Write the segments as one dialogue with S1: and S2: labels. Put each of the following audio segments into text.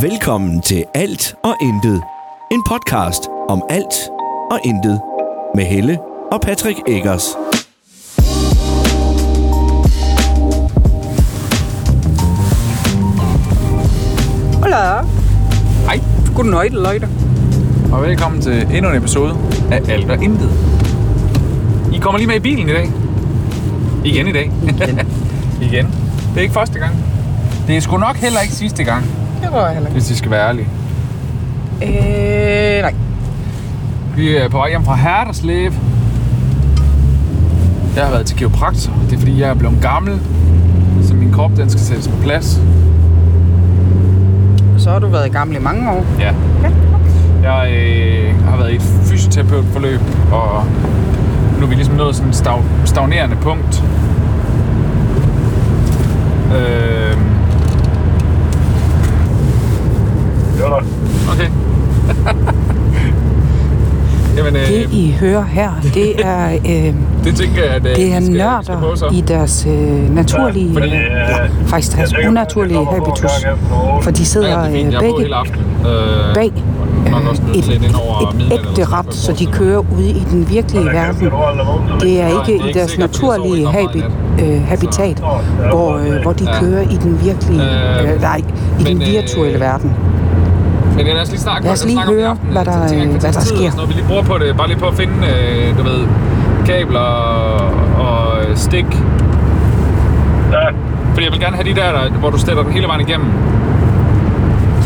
S1: Velkommen til Alt og Intet. En podcast om alt og intet. Med Helle og Patrick Eggers.
S2: Hola.
S3: Hej, godnøjde, Løjde. Og velkommen til endnu en episode af Alt og Intet. I kommer lige med i bilen i dag. Igen i dag. Igen. Det er ikke første gang. Det er sgu nok heller ikke sidste gang,
S2: Det tror jeg heller ikke.
S3: hvis de skal være ærlige.
S2: Øh, nej.
S3: Vi er på vej hjem fra Herreslev. Jeg har været til kiropraktor. Det er fordi, jeg er blevet gammel. Så min krop, den skal sættes på plads.
S2: Så har du været gammel i mange år.
S3: Ja. Jeg øh, har været i et fysioterapeutforløb, og nu er vi ligesom nået sådan et stav- stagnerende punkt. Øh... Okay. Jamen,
S4: Det,
S3: øh,
S4: I hører her, det er, øh,
S3: det tænker jeg, at øh,
S4: det er
S3: vi skal- vi skal på, så.
S4: nørder i deres øh, naturlige, ja, faktisk deres unaturlige habitus. For de
S3: Ja,
S4: sidder
S3: det er fint.
S4: øh,
S3: Jeg har boet hele
S4: begge
S3: aftenen. Øh,
S4: bag
S3: og nok også
S4: øh, et,
S3: lidt ind over
S4: et
S3: midnat eller
S4: ægte
S3: sådan
S4: ret,
S3: noget,
S4: så de
S3: forestiller mig.
S4: kører ude i den virkelige verden. Det er
S3: Nej, det er
S4: ikke i
S3: ikke
S4: deres
S3: sikkert, fordi jeg sover
S4: naturlige
S3: ikke ret
S4: habit,
S3: meget
S4: øh, habitat, hvor, øh, hvor de
S3: Ja.
S4: kører i den virkelige,
S3: Øh,
S4: øh, nej, i den
S3: men, øh,
S4: virtuelle verden.
S3: Men lad os lige snakke,
S4: Lad os lige
S3: snakke om det i
S4: høre,
S3: aften,
S4: hvad der,
S3: så tænker jeg,
S4: øh, hvad der
S3: tid og
S4: sker.
S3: sådan Noget, vi lige bruger på det, bare lige på at finde, øh, du ved, kabler og øh, stik.
S5: Ja,
S3: Fordi jeg vil gerne have de der, der hvor du stætter den hele vejen igennem.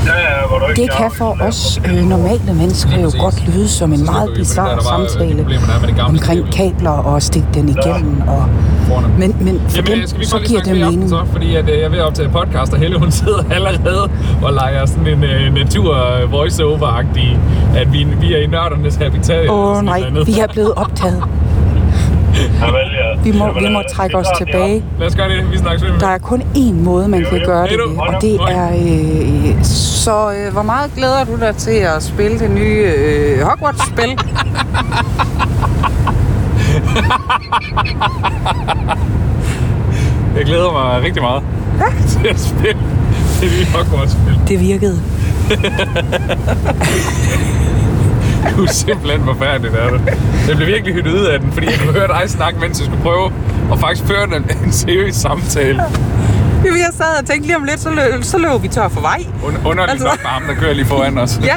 S5: ja, ja, hvor du ikke
S4: Det kan for os øh, normale mennesker jo godt lyde som en meget bizarre samtale omkring kabler og stikke den igennem. Og, men, men for
S3: Jamen, øh,
S4: dem,
S3: skal vi
S4: så
S3: bare lige
S4: giver
S3: snakke med
S4: det
S3: i aften
S4: mening.
S3: så, fordi at, øh, jeg er ved at optage podcast, og Helle hun sidder allerede og leger sådan en øh, natur voice over agtig at vi, vi er i nørdernes habitat. eller
S4: Åh
S3: sådan et
S4: nej,
S3: eller andet.
S4: vi er blevet optaget. Vi må, vi må trække os tilbage.
S3: Lad os gøre det, vi snakkes ved.
S4: Der er kun én måde, man kan gøre det ved, og det er... Øh,
S2: Så øh, hvor meget glæder du dig til at spille det nye øh, Hogwarts-spil?
S3: Jeg glæder mig rigtig meget til at spille det nye Hogwarts-spil.
S4: det virkede.
S3: Du er simpelthen forfærdelig, er det. Jeg blev virkelig hyttet ud af den, fordi jeg kunne høre dig snakke, mens jeg skulle prøve at faktisk føre en, en seriøs samtale.
S2: Jamen, jeg sad og tænkte lige om lidt, så løb, så løb vi tør for vej.
S3: Un- underligt altså...
S2: Altså-
S3: nok bare ham, der kører lige foran os.
S2: Ja,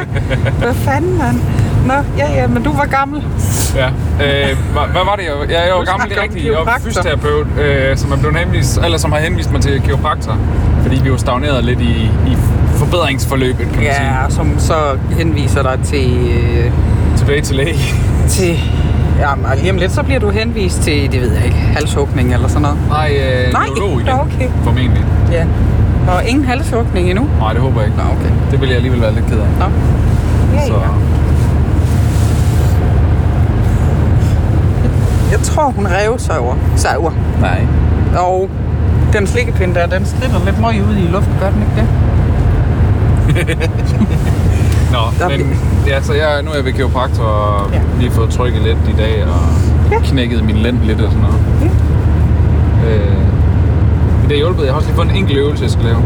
S2: hvad fanden, mand? Nå, ja, ja, men du var gammel.
S3: ja. Øh, hva- hvad var det? Jeg, jeg, jeg var gammel
S2: snakker
S3: det
S2: om
S3: rigtige. Jeg var
S2: kiropraktor.
S3: fysioterapeut, øh, som, er blevet henvist, eller som har henvist mig til kiropraktor. Fordi vi jo stagnerede lidt i, i forbedringsforløbet, kan man sige.
S2: Ja, som så henviser dig til... Øh,
S3: Tilbage til læge.
S2: til Jamen, og lige om lidt, så bliver du henvist til, det ved jeg ikke, halshugning eller sådan noget.
S3: Nej, øh,
S2: Nej,
S3: neurolog igen,
S2: nå, okay.
S3: formentlig.
S2: Ja. Og ingen halshugning endnu.
S3: Nej, det håber jeg ikke.
S2: Nå, okay.
S3: Det ville jeg alligevel være lidt ked af.
S2: Nå. Ja,
S3: Så
S2: ja. Jeg tror, hun rev sig over. Sig over.
S3: nej.
S2: Og den slikkepind der, den strider lidt møg ud i luften, gør den ikke det?
S3: Nå,
S2: Der
S3: men ja, så jeg, nu er jeg ved kiropraktor og
S2: Ja.
S3: ja. lige fået trykket lidt i dag og
S2: Ja.
S3: knækket min lænd lidt og sådan noget.
S2: Ja.
S3: Øh, men det har hjulpet. Jeg har også lige fået en enkelt øvelse, jeg skal lave.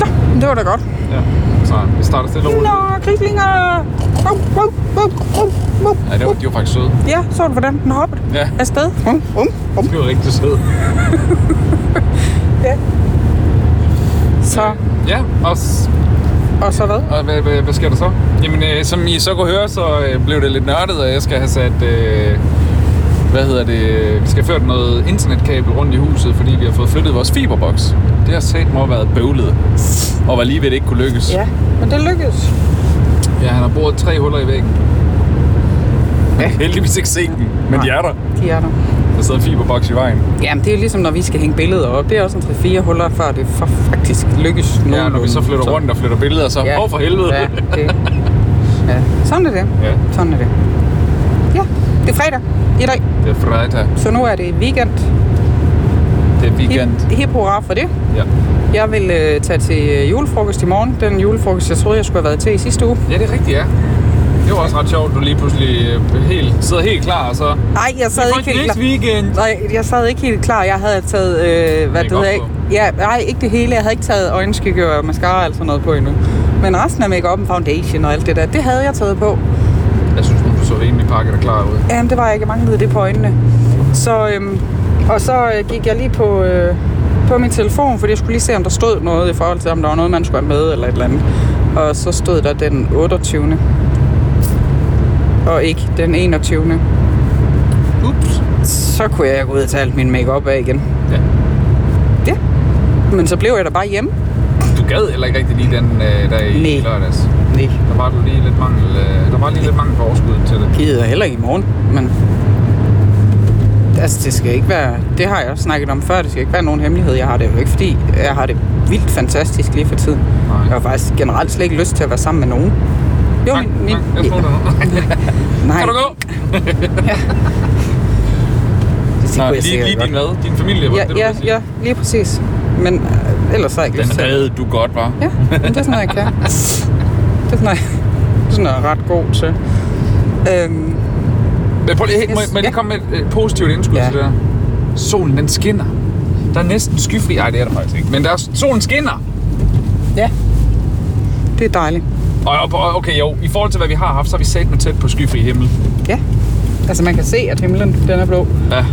S2: Nå, det var da godt.
S3: Ja. Så vi starter stille og roligt.
S2: Nå, grislinger! Wow, wow, wow, wow, wow.
S3: Ja, det var, de var faktisk søde.
S2: Ja, så du, hvordan den hoppede
S3: Ja,
S2: afsted? Um, um, um.
S3: de var rigtig søde.
S2: Så,
S3: Ja, og, s-
S2: og så hvad?
S3: og hvad, hvad, hvad sker der så? Jamen, øh, som I så kunne høre, så øh, blev det lidt nørdet, og jeg skal have sat... Øh, hvad hedder det? øh, Vi skal have ført noget internetkabel rundt i huset, fordi vi har fået flyttet vores fiberboks. Det har set mig været bøvlet, og var lige ved, at det ikke kunne lykkes.
S2: Ja, men det lykkedes.
S3: Ja, han har boret tre huller i væggen. Jeg kan heldigvis ikke se dem, men de er der.
S2: De er der.
S3: Der sidder en fiberboks i vejen.
S2: Jamen, det er ligesom, når vi skal hænge billeder op. Det er også en 3-4 huller, før det for faktisk lykkes nu.
S3: Ja, når vi så flytter rundt og flytter billeder, så ja. for helvede.
S2: Ja, det. ja, sådan er det.
S3: ja,
S2: Sådan er det. Ja, det er fredag i dag,
S3: det er fredag.
S2: så nu er det weekend.
S3: Det er weekend.
S2: Hip, hip hurra for det.
S3: Ja.
S2: Jeg vil øh, tage til øh, julefrokost i morgen. Den julefrokost, jeg troede, jeg skulle have været til i sidste uge.
S3: ja, det er rigtigt, ja. Det var også ret sjovt, du lige pludselig øh, helt, sidder helt klar, og så...
S2: Nej, jeg sad
S3: Det er
S2: ikke helt
S3: faktisk
S2: klar.
S3: weekend.
S2: Nej, jeg sad ikke helt klar. Jeg havde taget, øh, hvad
S3: Make-up
S2: det hedder, ikke?
S3: på.
S2: Ja, nej, ikke det hele. Jeg havde ikke taget øjenskygge og mascara og sådan noget på endnu. Men resten af make-up'en, foundation og alt det der, det havde jeg taget på.
S3: Jeg synes, nu, du så rimelig pakket og klar ud.
S2: Jamen, det var jeg ikke. Jeg manglede det på øjnene. Så, øhm, og så øh, gik jeg lige på, øh, på min telefon, fordi jeg skulle lige se, om der stod noget i forhold til, om der var noget, man skulle have med eller et eller andet. Og så stod der den 28. Og ikke den 21.
S3: Ups.
S2: Så kunne jeg gå ud og tage alt min makeup af igen.
S3: Ja.
S2: Ja. Men så blev jeg da bare hjemme.
S3: Du gad heller ikke rigtig lige den øh, der i
S2: Nej.
S3: lørdags.
S2: Nej.
S3: Der var du lige lidt mangel, øh, der var lige lidt mangel på overskud til det.
S2: Gider heller ikke i morgen, men... Altså, det skal ikke være... Det har jeg også snakket om før. Det skal ikke være nogen hemmelighed. Jeg har det jo ikke, fordi jeg har det vildt fantastisk lige for tiden.
S3: Nej.
S2: Jeg har faktisk generelt slet ikke lyst til at være sammen med nogen. Jo,
S3: Tak, tak. Jeg smutter nu.
S2: nej.
S3: Kan du gå?
S2: Det kunne
S3: Nej,
S2: jeg
S3: lige,
S2: sikkert
S3: lige
S2: godt.
S3: din mad, din familie, var det,
S2: Ja,
S3: det, du
S2: ja,
S3: ville sige?
S2: ja, lige præcis. Men øh, ellers har jeg ikke lyst
S3: Den
S2: til
S3: havde du godt, var.
S2: Ja, men det er sådan noget, jeg kan. Det er sådan noget, det er sådan noget, jeg er ret god til. Øhm,
S3: Men prøv lige, må, jeg- må jeg
S2: Ja.
S3: lige komme med et øh, positivt indskud
S2: Ja.
S3: ja. til det her? Solen, den skinner. Der er næsten skyfri. Ej, det er der faktisk ikke. Men der er, solen skinner.
S2: ja, det er dejligt.
S3: Og, og- og okay, jo, i forhold til hvad vi har haft, så er vi sat med tæt på skyfri himmel.
S2: Ja. Altså man kan se, at himlen den er blå.
S3: Ja.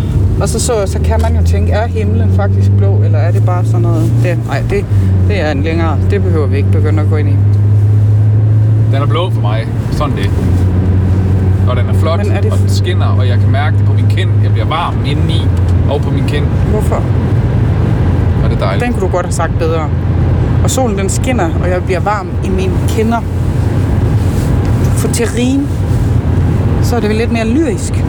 S2: Og så, så, så kan man jo tænke, er himlen faktisk blå, eller er det bare sådan noget? Det, nej, det, det er en længere. Det behøver vi ikke begynde at gå ind i.
S3: Den er blå for mig. Sådan det. Og den er flot,
S2: Men er det-
S3: og den skinner, og jeg kan mærke det på min kind. Jeg bliver varm indeni og på min kind,
S2: Hvorfor?
S3: og det er dejligt.
S2: Den kunne du godt have sagt bedre. Og solen den skinner, og jeg bliver varm i mine kinder. For terrin, så er det vel lidt mere lyrisk.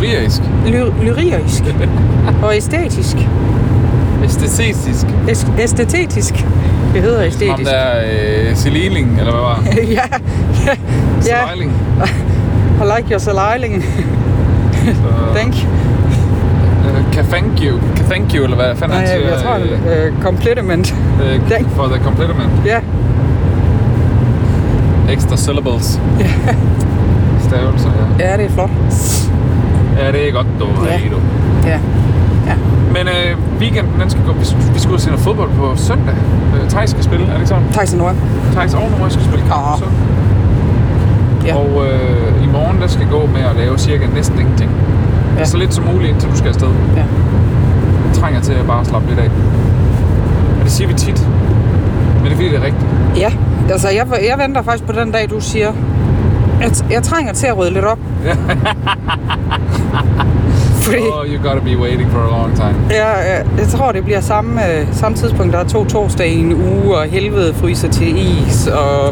S3: Lyrisk.
S2: Ly- lyrisk. og æstetisk.
S3: Æstetisk.
S2: Æs- æstetisk. Det hedder
S3: Ham
S2: æstetisk.
S3: der øh, Seliling, eller hvad var det?
S2: ja, ja, ja.
S3: Seliling.
S2: I like your saliling.
S3: Så-
S2: Thank you.
S3: Øh, Kan thank you. Kan thank you, eller hvad fanden
S2: Nej,
S3: han siger?
S2: jeg tror,
S3: øh,
S2: uh, compliment.
S3: øh,
S2: thank-
S3: For the compliment.
S2: Ja,
S3: Extra syllables. Stavelser, ja.
S2: ja, det er flot.
S3: Ja, det er godt, du.
S2: Ja.
S3: Ja.
S2: Ja.
S3: Men øh, weekenden, den skal gå. Vi, vi skal ud og se noget fodbold på søndag. Øh, Thijs skal spille, er det ikke sådan?
S2: Tyson Nord.
S3: Thijs Overnord skal spille kamp
S2: Åh.
S3: på søndag.
S2: Ja.
S3: Og øh, i morgen, der skal jeg gå med at lave cirka næsten ingenting.
S2: Ja.
S3: Ja. Så lidt som muligt, indtil du skal afsted.
S2: Ja.
S3: Jeg trænger til at bare slappe lidt af. Og det siger vi tit. Men det er fordi, det er rigtigt.
S2: Ja, altså jeg, jeg venter faktisk på den dag, du siger, at jeg trænger til at rydde lidt op. Fordi
S3: Oh, you gotta be waiting for a long time.
S2: jeg, øh, jeg tror, det bliver samme, øh, samme tidspunkt. Der er to torsdage i en uge, og helvede fryser til is, og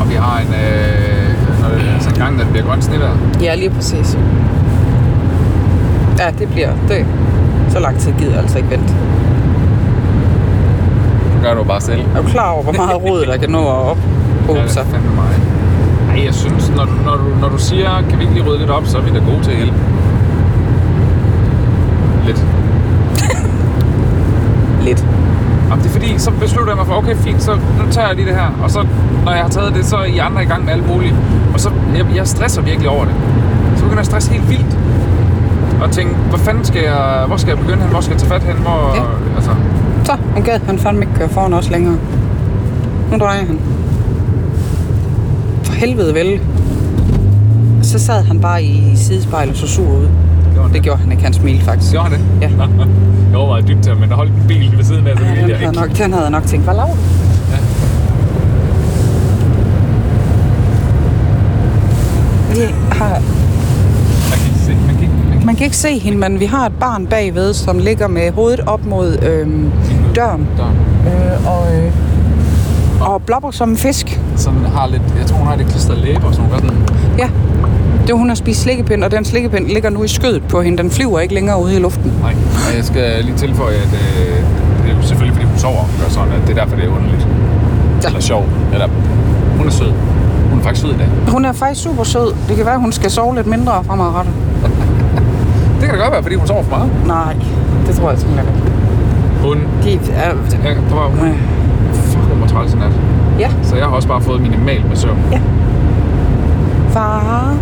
S3: Og vi har en, øh, når det, altså en gang, der bliver grønt snevejr.
S2: ja, lige præcis. Ja, det bliver det. Så lang tid gider jeg altså ikke vente.
S3: Det gør du bare selv.
S2: Er du klar over, hvor meget rod, der kan nå at op?
S3: Ja,
S2: Ja,
S3: det er fandme mig. Ej, jeg synes, når du, når, du, når du siger, kan vi ikke lige rydde lidt op, så er vi da gode til at hjælpe. Lidt.
S2: lidt.
S3: Jamen, det er fordi, så beslutter jeg mig for, okay, fint, så nu tager jeg lige det her. Og så, når jeg har taget det, så er I andre i gang med alt muligt. Og så, jeg, jeg stresser virkelig over det. Så begynder jeg at stresse helt vildt. Og tænke, hvor fanden skal jeg, hvor skal jeg begynde hen, hvor skal jeg tage fat hen, hvor...
S2: Ja.
S3: Altså,
S2: Så, han gad han fandme ikke køre foran os længere. Nu drejer han. For helvede vel. Så sad han bare i sidespejlet så sur ud.
S3: det var
S2: Det gjorde han ikke, han smilte faktisk.
S3: Gjorde han det?
S2: Ja.
S3: Jeg overvejede dybt til ham, men der holdt en bil lige ved siden af, så det
S2: Ja,
S3: ville
S2: den,
S3: jeg
S2: havde
S3: ikke.
S2: nok, den havde jeg nok tænkt, hvad laver du? Vi har,
S3: Man kan ikke se. Man kan ikke, man kan
S2: man kan ikke se hende, men vi har et barn bagved, som ligger med hovedet op mod øhm,
S3: ikke
S2: døren
S3: døren.
S2: øh, og, øh, og blopper som en fisk.
S3: Sådan har lidt, jeg tror, hun har lidt klistret læber og sådan noget. Sådan,
S2: Ja, det var hun har spist slikkepind, og den slikkepind ligger nu i skødet på hende. Den flyver ikke længere ude i luften.
S3: nej. Og jeg skal lige tilføje, at øh, det er jo selvfølgelig, fordi hun sover og gør sådan, at det er derfor, det er underligt.
S2: Ja.
S3: Eller sjov. Eller, hun er sød. Hun er faktisk sød i dag.
S2: Hun er faktisk super sød. Det kan være, hun skal sove lidt mindre fremadrettet.
S3: Det kan da godt være, fordi hun sover for meget.
S2: Nej, det tror jeg simpelthen ikke.
S3: Hun,
S2: De er...
S3: jeg, der var hun,
S2: Øh,
S3: fuck, hun var træls i nat.
S2: Ja.
S3: Så jeg har også bare fået minimal med søvn.
S2: Ja. Far,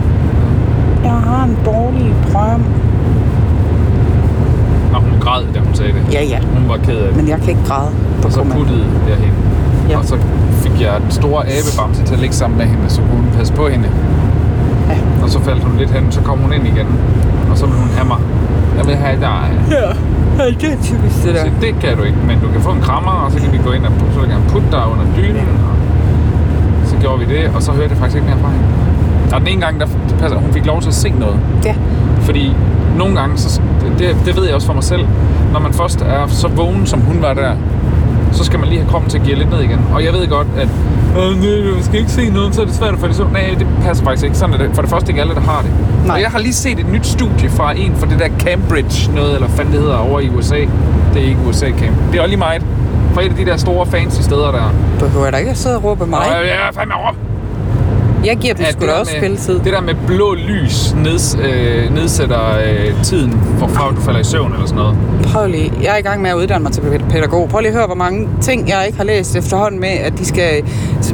S2: jeg har en dårlig drøm.
S3: Og hun græd, da hun sagde det.
S2: Ja, ja.
S3: Hun var ked af det.
S2: Men jeg kan ikke græde. på
S3: Og så
S2: kommando.
S3: puttede jeg hende.
S2: Ja.
S3: Og så fik jeg den store abebamse til at ligge sammen med hende, så kunne hun passe på hende.
S2: Ja.
S3: Og så faldt hun lidt hen, så kom hun ind igen. Og så ville hun have mig. Jeg vil have dig.
S2: Ja, ja det er typisk det
S3: Ja.
S2: der.
S3: Så det kan du ikke, men du kan få en krammer, og så kan vi gå ind og så kan jeg putte dig under dynen. Og så gjorde vi det, og så hørte jeg faktisk ikke mere fra hende. Og den ene gang, der det passer, hun fik lov til at se noget.
S2: Ja.
S3: Fordi nogle gange, så, det, det ved jeg også for mig selv, når man først er så vågen, som hun var der, så skal man lige have kroppen til at give lidt ned igen. Og jeg ved godt, at "Åh, nej, man skal ikke se noget, så er det svært at få det så. Nej, det passer faktisk ikke. Sådan er det. For det første ikke alle, der har det.
S2: Nej.
S3: Og jeg har lige set et nyt studie fra en fra det der Cambridge noget, eller hvad fanden det hedder, over i USA. Det er ikke USA Camp. Det er også lige meget. Fra et af de der store fancy steder der.
S2: Behøver da ikke at sidde og råbe af mig.
S3: Og jeg er fandme råb.
S2: Jeg giver dem
S3: Ja,
S2: sgu da
S3: der
S2: også
S3: med-
S2: spilletid.
S3: Det der med blå lys neds, øh, nedsætter øh, tiden for fra du falder i søvn eller sådan noget.
S2: Prøv lige. Jeg er i gang med at uddanne mig til pæ- pædagog. Prøv lige at høre, hvor mange ting, jeg ikke har læst efterhånden med, at de skal...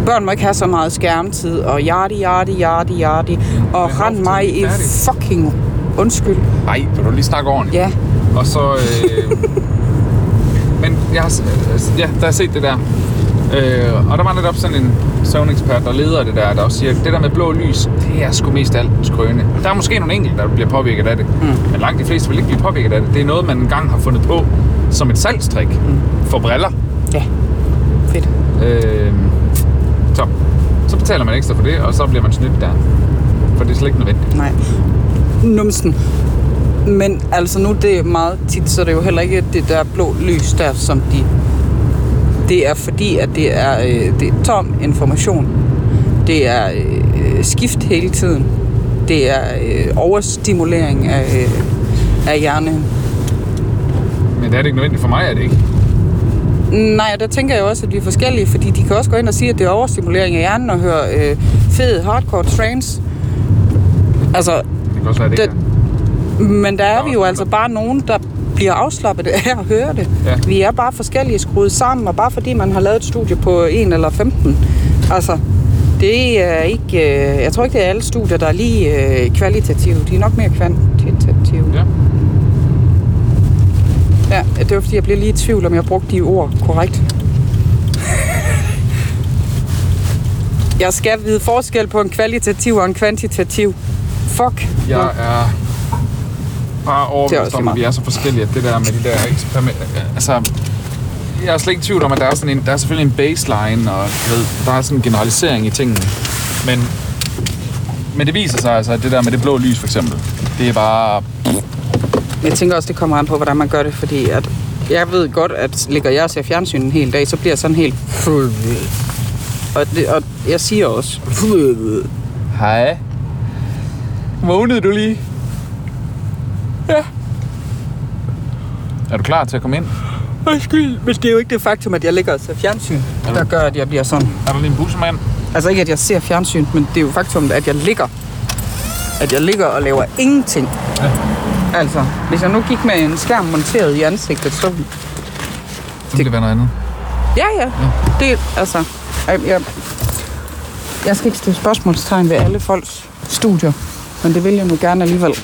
S2: Børn må ikke have så meget skærmtid, og jardi, jardi, jardi, jardi. Og
S3: hvorfor
S2: rend
S3: er
S2: mig
S3: det
S2: i
S3: færdigt?
S2: fucking... Undskyld.
S3: Nej, vil du lige snakke ordentligt?
S2: Ja.
S3: Og så... Øh, men jeg har, s- altså, ja, der har jeg set det der. Øh, og der var netop sådan en søvnekspert, der leder det der, der også siger, at det der med blå lys, det er sgu mest af alt skrøne. Der er måske nogle enkelte, der bliver påvirket af det, mm. men langt de fleste vil ikke blive påvirket af det. Det er noget, man engang har fundet på som et salgstrik mm. for briller.
S2: Ja. Fedt.
S3: Øh, så, så betaler man ekstra for det, og så bliver man snydt der. For det er slet ikke nødvendigt.
S2: Nej. Numsen. Men altså nu, det er meget tit, så er det jo heller ikke det der blå lys der, som de... Det er fordi, at det er, øh, det er tom information. Det er øh, skift hele tiden. Det er øh, overstimulering af, øh, af hjernen.
S3: Men det er det ikke nødvendigt for mig, er det ikke?
S2: Nej, og der tænker jeg også, at vi er forskellige, fordi de kan også gå ind og sige, at det er overstimulering af hjernen og høre øh, fed hardcore trance. Altså,
S3: Det kan også være, det,
S2: Det-
S3: ikke er.
S2: Men der er
S3: Nå,
S2: vi jo
S3: nå.
S2: altså bare nogen, der bliver afslappet af at høre det.
S3: Ja.
S2: Vi er bare forskellige skruet sammen, og bare fordi man har lavet et studie på 1 eller 15. Altså, det er ikke... øh, Jeg tror ikke, det er alle studier, der er lige øh, kvalitative. De er nok mere kvantitative.
S3: Ja.
S2: Ja, det var fordi, jeg blev lige i tvivl, om jeg brugte de ord korrekt. jeg skal vide forskel på en kvalitativ og en kvantitativ. Fuck.
S3: Jeg er
S2: Det
S3: bare
S2: er
S3: overbevist
S2: også
S3: om, at vi er så forskellige, at det der med de der eksperimenter... Altså, jeg er slet ikke i tvivl om, at der er, sådan en, der er selvfølgelig en baseline, og du ved, der er sådan en generalisering i tingene. Men, men det viser sig altså, at det der med det blå lys for eksempel, det er bare...
S2: Jeg tænker også, det kommer an på, hvordan man gør det, fordi at jeg ved godt, at ligger jeg og ser fjernsyn en hel dag, så bliver jeg sådan helt... Og, det, og jeg siger også...
S3: Hej. Vågnede du lige? Ja. Er du klar til at komme ind?
S2: Undskyld, men det er jo ikke det faktum, at jeg ligger og ser fjernsyn, der gør, at jeg bliver sådan.
S3: Er der lige en bussemand?
S2: Altså ikke, at jeg ser fjernsyn, men det er jo faktum, at jeg ligger. At jeg ligger og laver ingenting. Ja. Altså, hvis jeg nu gik med en skærm monteret i ansigtet, så...
S3: Det kan være noget andet.
S2: Ja, ja. Det, altså... Jeg, jeg, jeg skal ikke stille spørgsmålstegn ved alle folks studier, men det vil jeg nu gerne alligevel.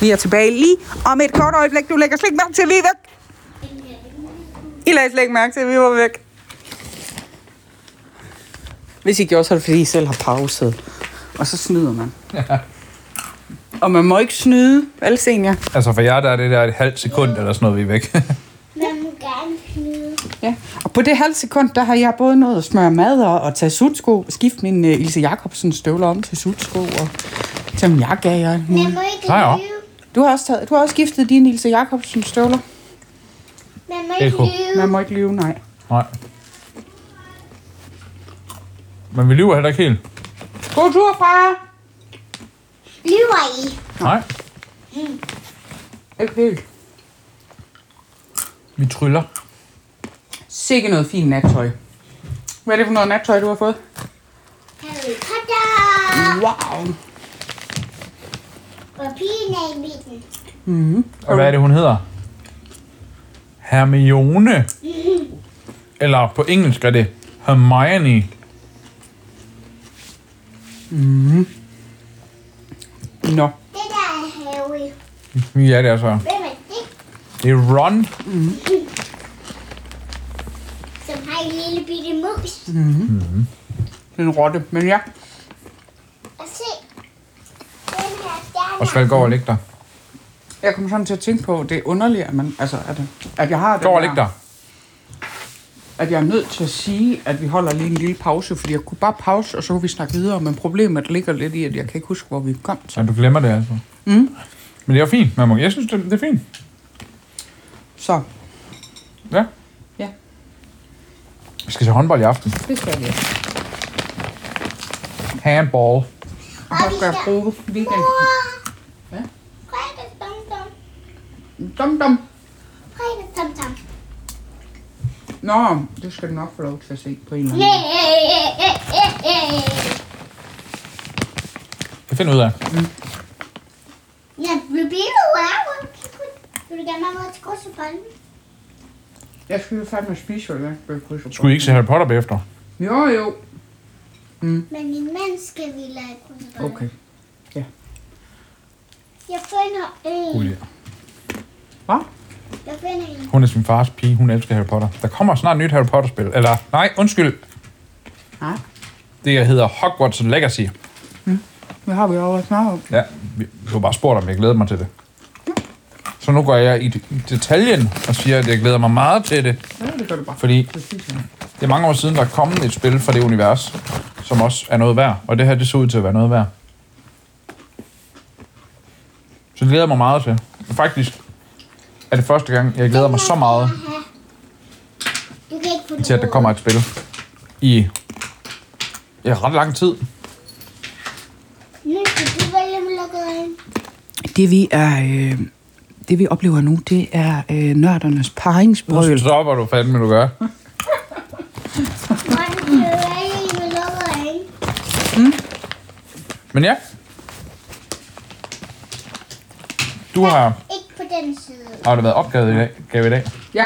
S2: Vi er tilbage lige om et kort øjeblik. Du lægger slet ikke mærke til, at vi er væk. I lagde slet ikke mærke til, at vi var væk. Hvis I gjorde, så er det fordi, I selv har pauset. Og så snyder man. Og man må ikke snyde, vel senior?
S3: Altså for jer, der er det der et halvt sekund eller sådan noget, vi er væk.
S6: Man må gerne snyde.
S3: Mm.
S2: Ja, og på det halve sekund, der har jeg både nået at smøre mad og, og tage sutsko, skifte min uh, Ilse Jacobsen støvler om til sutsko og tage min jakke af. og alt muligt.
S6: Man må ikke
S3: Nej, ja.
S6: lyve.
S2: Du har også, taget, du har også skiftet dine Ilse Jacobsen støvler.
S6: Man må ikke
S3: Eko.
S6: lyve.
S2: Man må ikke lyve, nej.
S3: Nej. Men vi lyver heller ikke helt.
S2: God tur, far!
S6: Lyver I?
S3: Nej.
S2: Ikke helt.
S3: Vi tryller.
S2: Sikke noget fint nattøj. Hvad er det for noget nattøj, du har fået?
S6: Harry Potter!
S2: Wow!
S6: Og pigen er i midten.
S3: Og hvad er det, hun hedder? Hermione. eller på engelsk er det Hermione.
S2: Nå.
S6: Det der er Harry.
S3: Ja, det er så.
S6: Hvem er det,
S3: Det er Ron.
S6: som har en lille bitte mus?
S3: Mm.
S2: Det er en rotte. Men ja,
S6: Og se, den her stjerne.
S3: Og skal gå og ligge dig.
S2: jeg kommer sådan til at tænke på, det er underligt, at, man, altså, at, at jeg har den
S3: Gå og
S2: her-
S3: ligge dig.
S2: at jeg er nødt til at sige, at vi holder lige en lille pause, fordi jeg kunne bare pause, og så kunne vi snakke videre, men problemet ligger lidt i, at jeg kan ikke huske, hvor vi kom til.
S3: Så du glemmer det altså. Mm. Men det er jo fint. Man må, jeg synes, det, det er fint.
S2: Så,
S3: Ja.
S2: ja,
S3: Vi skal se håndbold i aften.
S2: det skal vi.
S3: Handball.
S2: Og så skal jeg bruge weekend. Hvad?
S6: Hvad? Fredag, dum, dum.
S2: Dum, dum.
S6: Fredag, dum, dum.
S2: Nå, det skal du nok få lov til at se på en eller anden.
S6: Yeah,
S2: måde.
S6: yeah, yeah, yeah, yeah.
S3: Det finder ud af.
S6: Jeg vil blive uafhængig. Vil du gerne have noget til gods på den?
S2: Jeg skal jo fandme spise, hvad jeg skal krydse på.
S3: Skulle I ikke se Harry Potter bagefter?
S2: Jo, jo.
S6: Men min mand skal vi lade gods på
S2: Okay.
S6: Jeg finder en.
S3: Julia.
S2: Hvad?
S6: Jeg finder en.
S3: Hun er sin fars pige. Hun elsker Harry Potter. Der kommer snart et nyt Harry Potter-spil. Eller, nej, undskyld.
S2: Nej,
S3: Det hedder Hogwarts Legacy.
S2: det har vi jo også snart om.
S3: Ja, vi- du har bare spurgt, om jeg glæder mig til det. Så nu går jeg i det- i detaljen og siger, at jeg glæder mig meget til det.
S2: Ja, det gør du bare.
S3: Fordi
S2: Præcis, ja.
S3: det er mange år siden, der er kommet et spil fra det univers, som også er noget værd. Og det her, det så ud til at være noget værd. Så det glæder jeg mig meget til. Og faktisk er det første gang, jeg glæder mig så meget
S6: Du kan ikke få
S3: til, at der kommer et spil i ja, ret lang tid.
S6: Nu skal du vælge med lukket øjne.
S4: Det vi er... Øh, det vi oplever nu, det er øh, nørdernes
S3: Nu
S4: paringsbrøl.
S3: stopper du fandme, du gør.
S6: Og du kan vælge med lukket øjne.
S3: Men ja. Du har...
S6: Ikke på den side.
S3: Har det været opgave i dag? Gave i dag?
S2: Ja.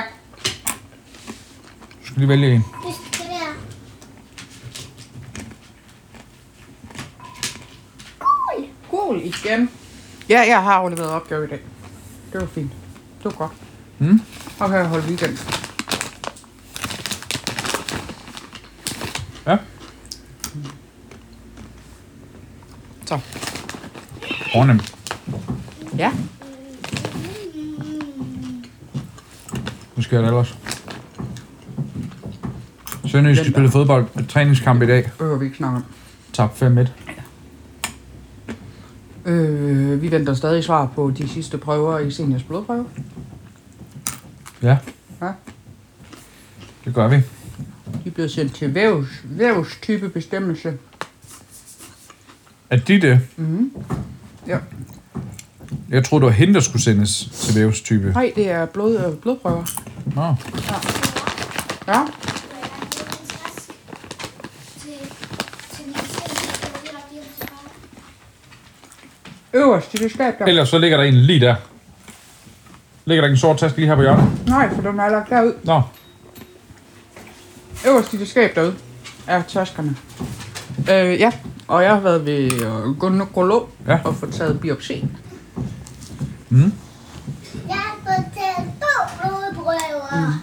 S3: Du skal lige vælge en.
S6: Du skal der.
S2: Cool igen. Ja, jeg har afleveret opgave i dag. Det var fint. Det var godt.
S3: Mm.
S2: Og kan jeg holde weekend.
S3: Ja.
S2: Så.
S3: Fornemt.
S2: Ja.
S6: Mm.
S3: Nu skal jeg det ellers. Sønderjysk skal spille fodbold. Træningskamp i dag.
S2: Behøver vi ikke snakke om.
S3: Tab 5-1.
S2: Øh, vi venter stadig svar på de sidste prøver i seniors blodprøve.
S3: Ja.
S2: Ja.
S3: Det gør vi.
S2: De er blevet sendt til vævs, vævs type bestemmelse.
S3: Er de det?
S2: Ja.
S3: Jeg tror du var hende, der skulle sendes til vævstype.
S2: Nej, det er blod, øh, blodprøver.
S3: Nå.
S2: Ja. Øverst i det skab der.
S3: Ellers så ligger der en lige der. Ligger der ikke en sort taske lige her på hjørnet?
S2: Nej, for den er lagt derud.
S3: Nå.
S2: Øverst i det skab derude er taskerne. Øh, ja, og jeg har været ved øh, gynekolog
S3: Ja.
S2: ja. og fået taget biopsi.
S6: Jeg har fået taget to blodprøver.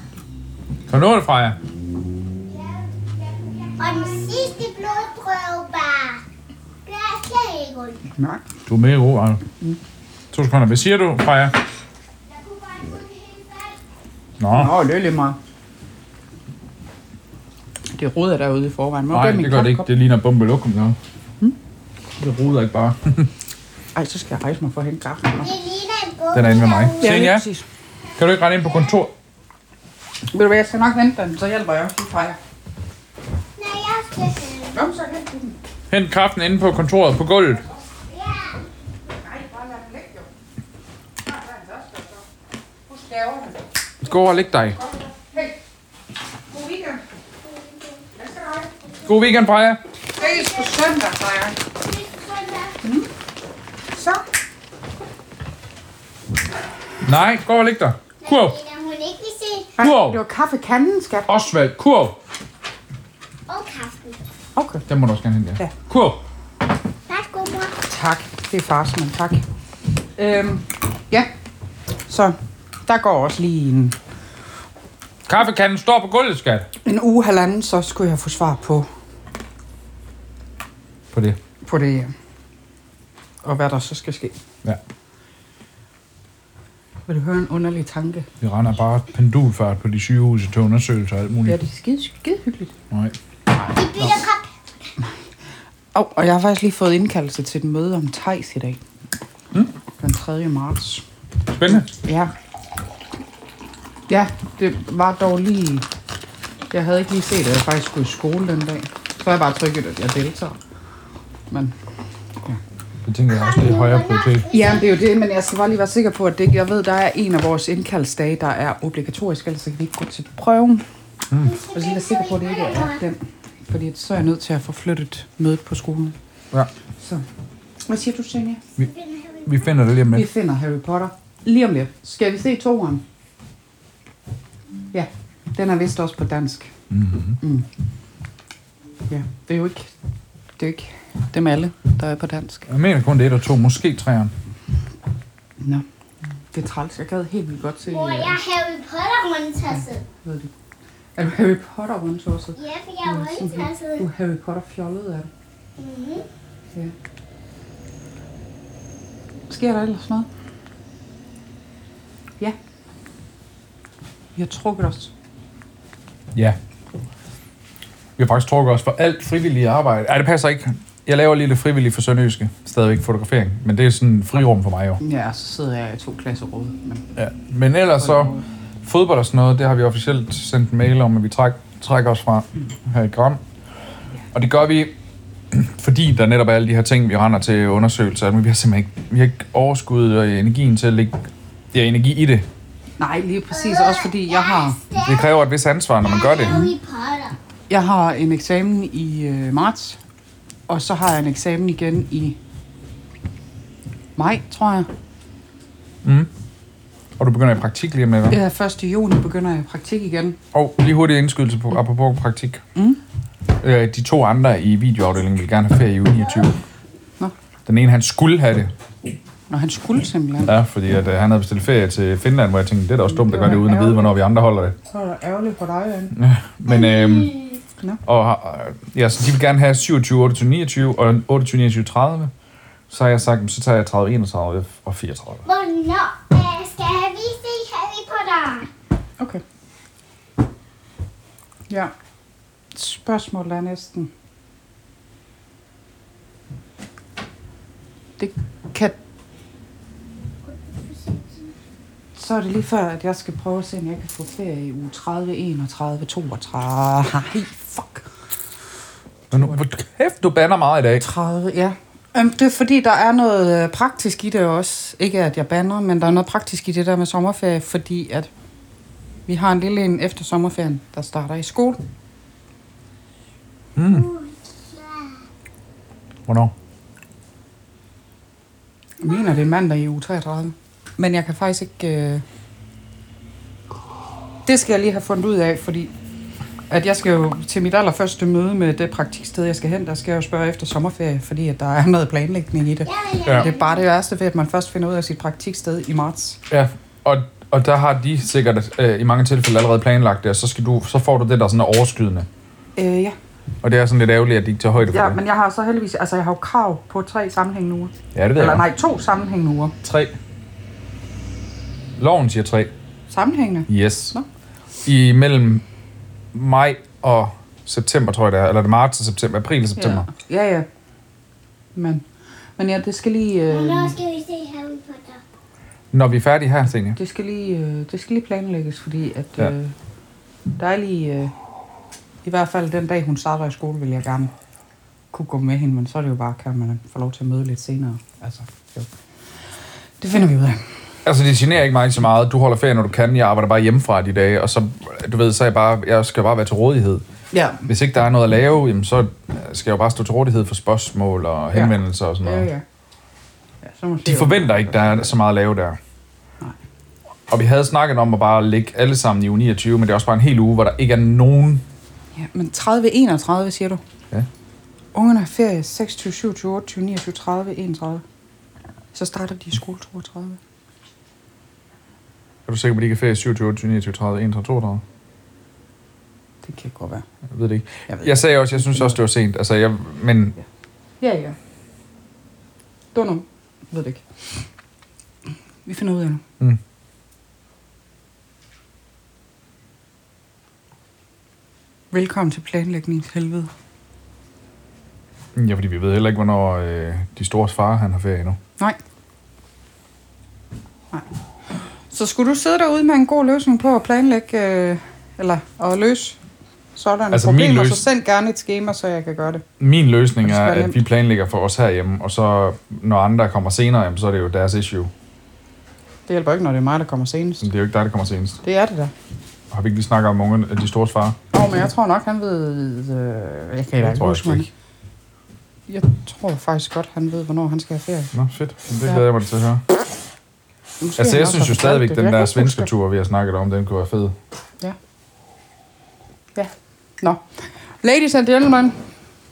S3: Kan du nå det fra jer? Mm.
S6: Og den sidste blodprøve var... Der er slet ikke ondt.
S2: Nej.
S3: Du er mega god, Arne. To sekunder. Hvad siger du, Freja?
S6: Jeg kunne bare få det hele selv.
S3: Nå.
S2: Nå, det er lige meget. Det ruder derude i forvejen. Må jeg
S3: Nej,
S2: gøre min
S3: det gør det ikke.
S2: kaffekop?
S3: Det ligner bombelokum deroppe. Mm. Det ruder ikke bare.
S2: Ej, så skal jeg rejse mig for at hente kaffen. hva'?
S6: Det ligner en bog.
S3: Den er inde ved mig.
S2: Ja, lige
S3: Senja,
S2: præcis.
S3: kan du ikke rette ind på kontor?
S2: Ved du hvad, jeg skal nok hente den, så hjælper jeg også lige Freja.
S6: Nej, jeg skal selv.
S2: Nå, men så hent du den.
S3: Hent kraften inde på kontoret på gulvet.
S6: Ja.
S2: Nej, bare lad den ligge, jo. Nej, der er en taske, så. Husk gaverne.
S3: Gå og læg dig.
S2: Hey, god weekend. Jeg skal rejse.
S3: God weekend, Freja.
S2: Ses på søndag, Freja.
S6: Det er søndag.
S2: Så.
S3: Nej, gå og læg dig. Kurv.
S6: Mener hun ikke vil se
S2: Nej,
S3: Kurv.
S2: det var kaffekanden, skat.
S3: Osvald, kurv.
S6: Og kaffen.
S2: Okay.
S3: Den må du også gerne hente, ja.
S2: Ja.
S3: Kurv.
S6: Værsgo, mor.
S2: Tak. Det er fars, men tak. Øhm, ja. Så der går også lige en,
S3: Kaffekanden står på gulvet, skat.
S2: en uge, halvanden, så skulle jeg få svar på,
S3: På det.
S2: på det. ja. Og hvad der så skal ske.
S3: Ja.
S2: Vil du høre en underlig tanke?
S3: Vi render bare pendulfart på de sygehuse til undersøgelser og alt muligt.
S2: Ja, det er skide, skide hyggeligt.
S3: Nej.
S6: Vi bytter kop.
S2: Oh, og jeg har faktisk lige fået indkaldelse til et møde om Tejs i dag. Mm. Den 3. marts.
S3: Spændende.
S2: Ja. Ja, det var dog lige... Jeg havde ikke lige set, at jeg faktisk skulle i skole den dag. Så har jeg bare trykket, at jeg deltager. Men
S3: Det tænker jeg også, det er højere prioritet.
S2: ja, det er jo det, men jeg skal bare lige være sikker på, at det, jeg ved, der er en af vores indkaldsdage, der er obligatorisk, ellers så kan vi ikke gå til prøven. Mm. Og så lige være sikker på, at det ikke er den. Fordi så er jeg nødt til at få flyttet mødet på skolen.
S3: Ja.
S2: Så. Hvad siger du, Senja?
S3: Vi finder det lige med.
S2: Vi finder Harry Potter lige om lidt. Skal vi se toeren? Ja, den er vist også på dansk. Mm-hmm. Mm. Ja, det er jo ikke, det er jo ikke dem alle, der er på dansk.
S3: Jeg mener kun det er et og to, måske træerne.
S2: Nå, det er træls. Jeg gad helt vildt godt se...
S6: Mor, jeg
S2: øh,
S6: er Harry Potter rundtasset.
S2: Hvad er det? Er du Harry Potter rundtosset?
S6: Ja, for jeg er rundtasset.
S2: Du er Harry Potter fjollet af det.
S6: Mhm.
S2: Ja. Sker der ellers noget? Ja. Vi har trukket os.
S3: Ja. Vi har faktisk trukket os for alt frivillige arbejde. Nej, det passer ikke. Jeg laver lige det frivillige for Sønderjyske. Stadigvæk fotografering. Men det er sådan et frirum for mig jo.
S2: Ja, så sidder jeg i to klasseråd. Men...
S3: Ja. Men ellers så fodbold og sådan noget, det har vi officielt sendt en mail om, at vi træk, trækker os fra her i Gram. Og det gør vi, fordi der netop er alle de her ting, vi render til undersøgelser. Men vi har simpelthen ikke, vi har ikke overskud og energien til at lægge ja, energi i det.
S2: Nej, lige præcis. Også fordi
S6: Øh,
S2: jeg har,
S3: Det kræver et vis ansvar, når man gør det.
S6: Harry Potter.
S2: jeg har en eksamen i øh, marts, og så har jeg en eksamen igen i maj, tror jeg.
S3: Og du begynder i praktik lige med dig.
S2: Ja, 1. Øh, juni begynder jeg i praktik igen.
S3: Og lige hurtig indskydelse på, apropos praktik. Mm. Øh, de to andre i videoafdelingen vil gerne have ferie i uge 29.
S2: Nå.
S3: Den ene, han skulle have det.
S2: Når han skulle simpelthen.
S3: Ja, fordi at, øh, han havde bestilt ferie til Finland, hvor jeg tænkte, det er da også dumt at gøre det, uden at vide, hvornår vi andre holder det.
S2: Så er det ærgerligt for dig, Anne.
S3: Men, øhm,
S2: Nå.
S3: og, øh, ja, så de vil gerne have 27, 28, 29 og 28, 29, 30. Så har jeg sagt, så tager jeg 30, 31 og 34.
S6: Hvornår øh, skal vi se Harry Potter?
S2: Okay. Ja. Spørgsmålet er næsten... Det kan... Så er det lige før, at jeg skal prøve at se, om jeg kan få ferie i uge 30, 31, 32... Nej, fuck.
S3: Men nu, hvor kæft, du banner meget i dag.
S2: 30, ja. Øhm, det er fordi, der er noget øh, praktisk i det også. Ikke at jeg banner, men der er noget praktisk i det der med sommerferie, fordi at vi har en lille en efter sommerferien, der starter i skole.
S3: Hvornår?
S2: Jeg mener, det er mandag i uge 33. Men jeg kan faktisk ikke... Øh... Det skal jeg lige have fundet ud af, fordi at jeg skal jo til mit allerførste møde med det praktiksted, jeg skal hen, der skal jeg jo spørge efter sommerferie, fordi at der er noget planlægning i det.
S6: Jeg vil
S3: Ja.
S6: ja.
S2: Det er bare det værste ved, at man først finder ud af sit praktiksted i marts.
S3: Ja, og, og der har de sikkert øh, i mange tilfælde allerede planlagt det, og så, skal du, så får du det, der sådan er overskydende.
S2: Øh, ja.
S3: Og det er sådan lidt ærgerligt, at de ikke tager højde for
S2: ja,
S3: det.
S2: men jeg har så heldigvis... Altså, jeg har jo krav på tre sammenhængende uger.
S3: Ja, det ved
S2: Eller
S3: jeg. godt.
S2: nej, to sammenhængende uger.
S3: Tre. Loven siger tre.
S2: Sammenhængende?
S3: Yes.
S2: Nå.
S3: I mellem maj og september, tror jeg det er. Eller det er marts og september. April og september.
S2: Ja, ja. Men, men ja, det skal lige... Øh...
S6: Hvornår skal vi se Harry Potter?
S3: Når vi er færdige her, Stenia.
S2: Det skal lige, øh, det skal lige planlægges, fordi at,
S3: Ja.
S2: ja. øh, der er lige... Øh, I hvert fald den dag, hun starter i skole, vil jeg gerne kunne gå med hende, men så er det jo bare, kan man få lov til at møde lidt senere. Altså, jo. Det finder vi ud af.
S3: Altså, det generer ikke mig så meget. Du holder ferie, når du kan. Jeg arbejder bare hjemmefra de dage. Og så, du ved, så er jeg bare, jeg skal bare være til rådighed.
S2: Ja.
S3: Hvis ikke der er noget at lave, jamen, så skal jeg jo bare stå til rådighed for spørgsmål og
S2: Ja.
S3: henvendelser og sådan
S2: Ja,
S3: noget.
S2: ja. ja så må vi se,
S3: De
S2: om-
S3: forventer ikke, der er så meget at lave der. Og vi havde snakket om at bare lægge alle sammen i uge 29, men det er også bare en hel uge, hvor der ikke er nogen...
S2: Ja, men 30, 31, siger du?
S3: Ja.
S2: Ungerne har ferie 26, 27, 28, 29, 30, 31. Så starter de i skole 32.
S3: Er du sikker på, at de ikke er ferie 27, 28, 29, 30, 31, 32?
S2: Det kan godt være.
S3: Jeg ved det ikke.
S2: Jeg ved
S3: Jeg sagde også, jeg synes også, det var sent. Altså, jeg, men
S2: Ja, ja. Dunno. Ved det ikke. Vi finder ud af det.
S3: Mm.
S2: Velkommen til planlægningens helvede.
S3: ja, fordi vi ved heller ikke, hvornår øh, de store far han har ferie endnu.
S2: Nej. Nej. Så skulle du sidde derude med en god løsning på at planlægge, øh, eller at løse sådanne
S3: Altså,
S2: altså
S3: min
S2: problemer, løs... så
S3: løs-
S2: send gerne et schema, så jeg kan gøre det.
S3: Min løsning
S2: Det
S3: er,
S2: skal være
S3: at
S2: nemt.
S3: vi planlægger for os herhjemme, og så når andre kommer senere, jamen, så er det jo deres issue.
S2: Det hjælper ikke, når det er mig, der kommer senest.
S3: Men det er jo ikke dig, der kommer senest.
S2: Det er det der.
S3: Har vi ikke lige snakket om ungerne, at de store far?
S2: Nå, men jeg tror nok, han ved... Øh, jeg kan
S3: Det
S2: ikke
S3: tror jeg
S2: huske,
S3: sgu
S2: jeg,
S3: ikke.
S2: jeg tror faktisk godt, han ved, hvornår han skal have ferie.
S3: Nå, fedt. Jamen, det
S2: Ja.
S3: glæder jeg mig til at høre.
S2: Måske
S3: Altså,
S2: han
S3: jeg
S2: også
S3: synes
S2: har
S3: jo
S2: fortalt
S3: stadigvæk,
S2: det.
S3: den
S2: Jeg kan
S3: der
S2: ikke huske
S3: svenske
S2: det.
S3: tur, vi har snakket om, den kunne være fed.
S2: Ja. Nå. Ladies and gentlemen,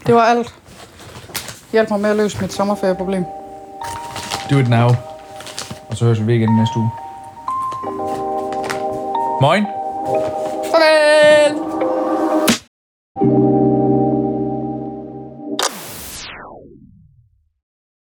S2: det var alt. Hjælp mig med at løse mit sommerferieproblem.
S3: Do it now. Og så høres vi ved igen næste uge. Moin!
S2: Farvel!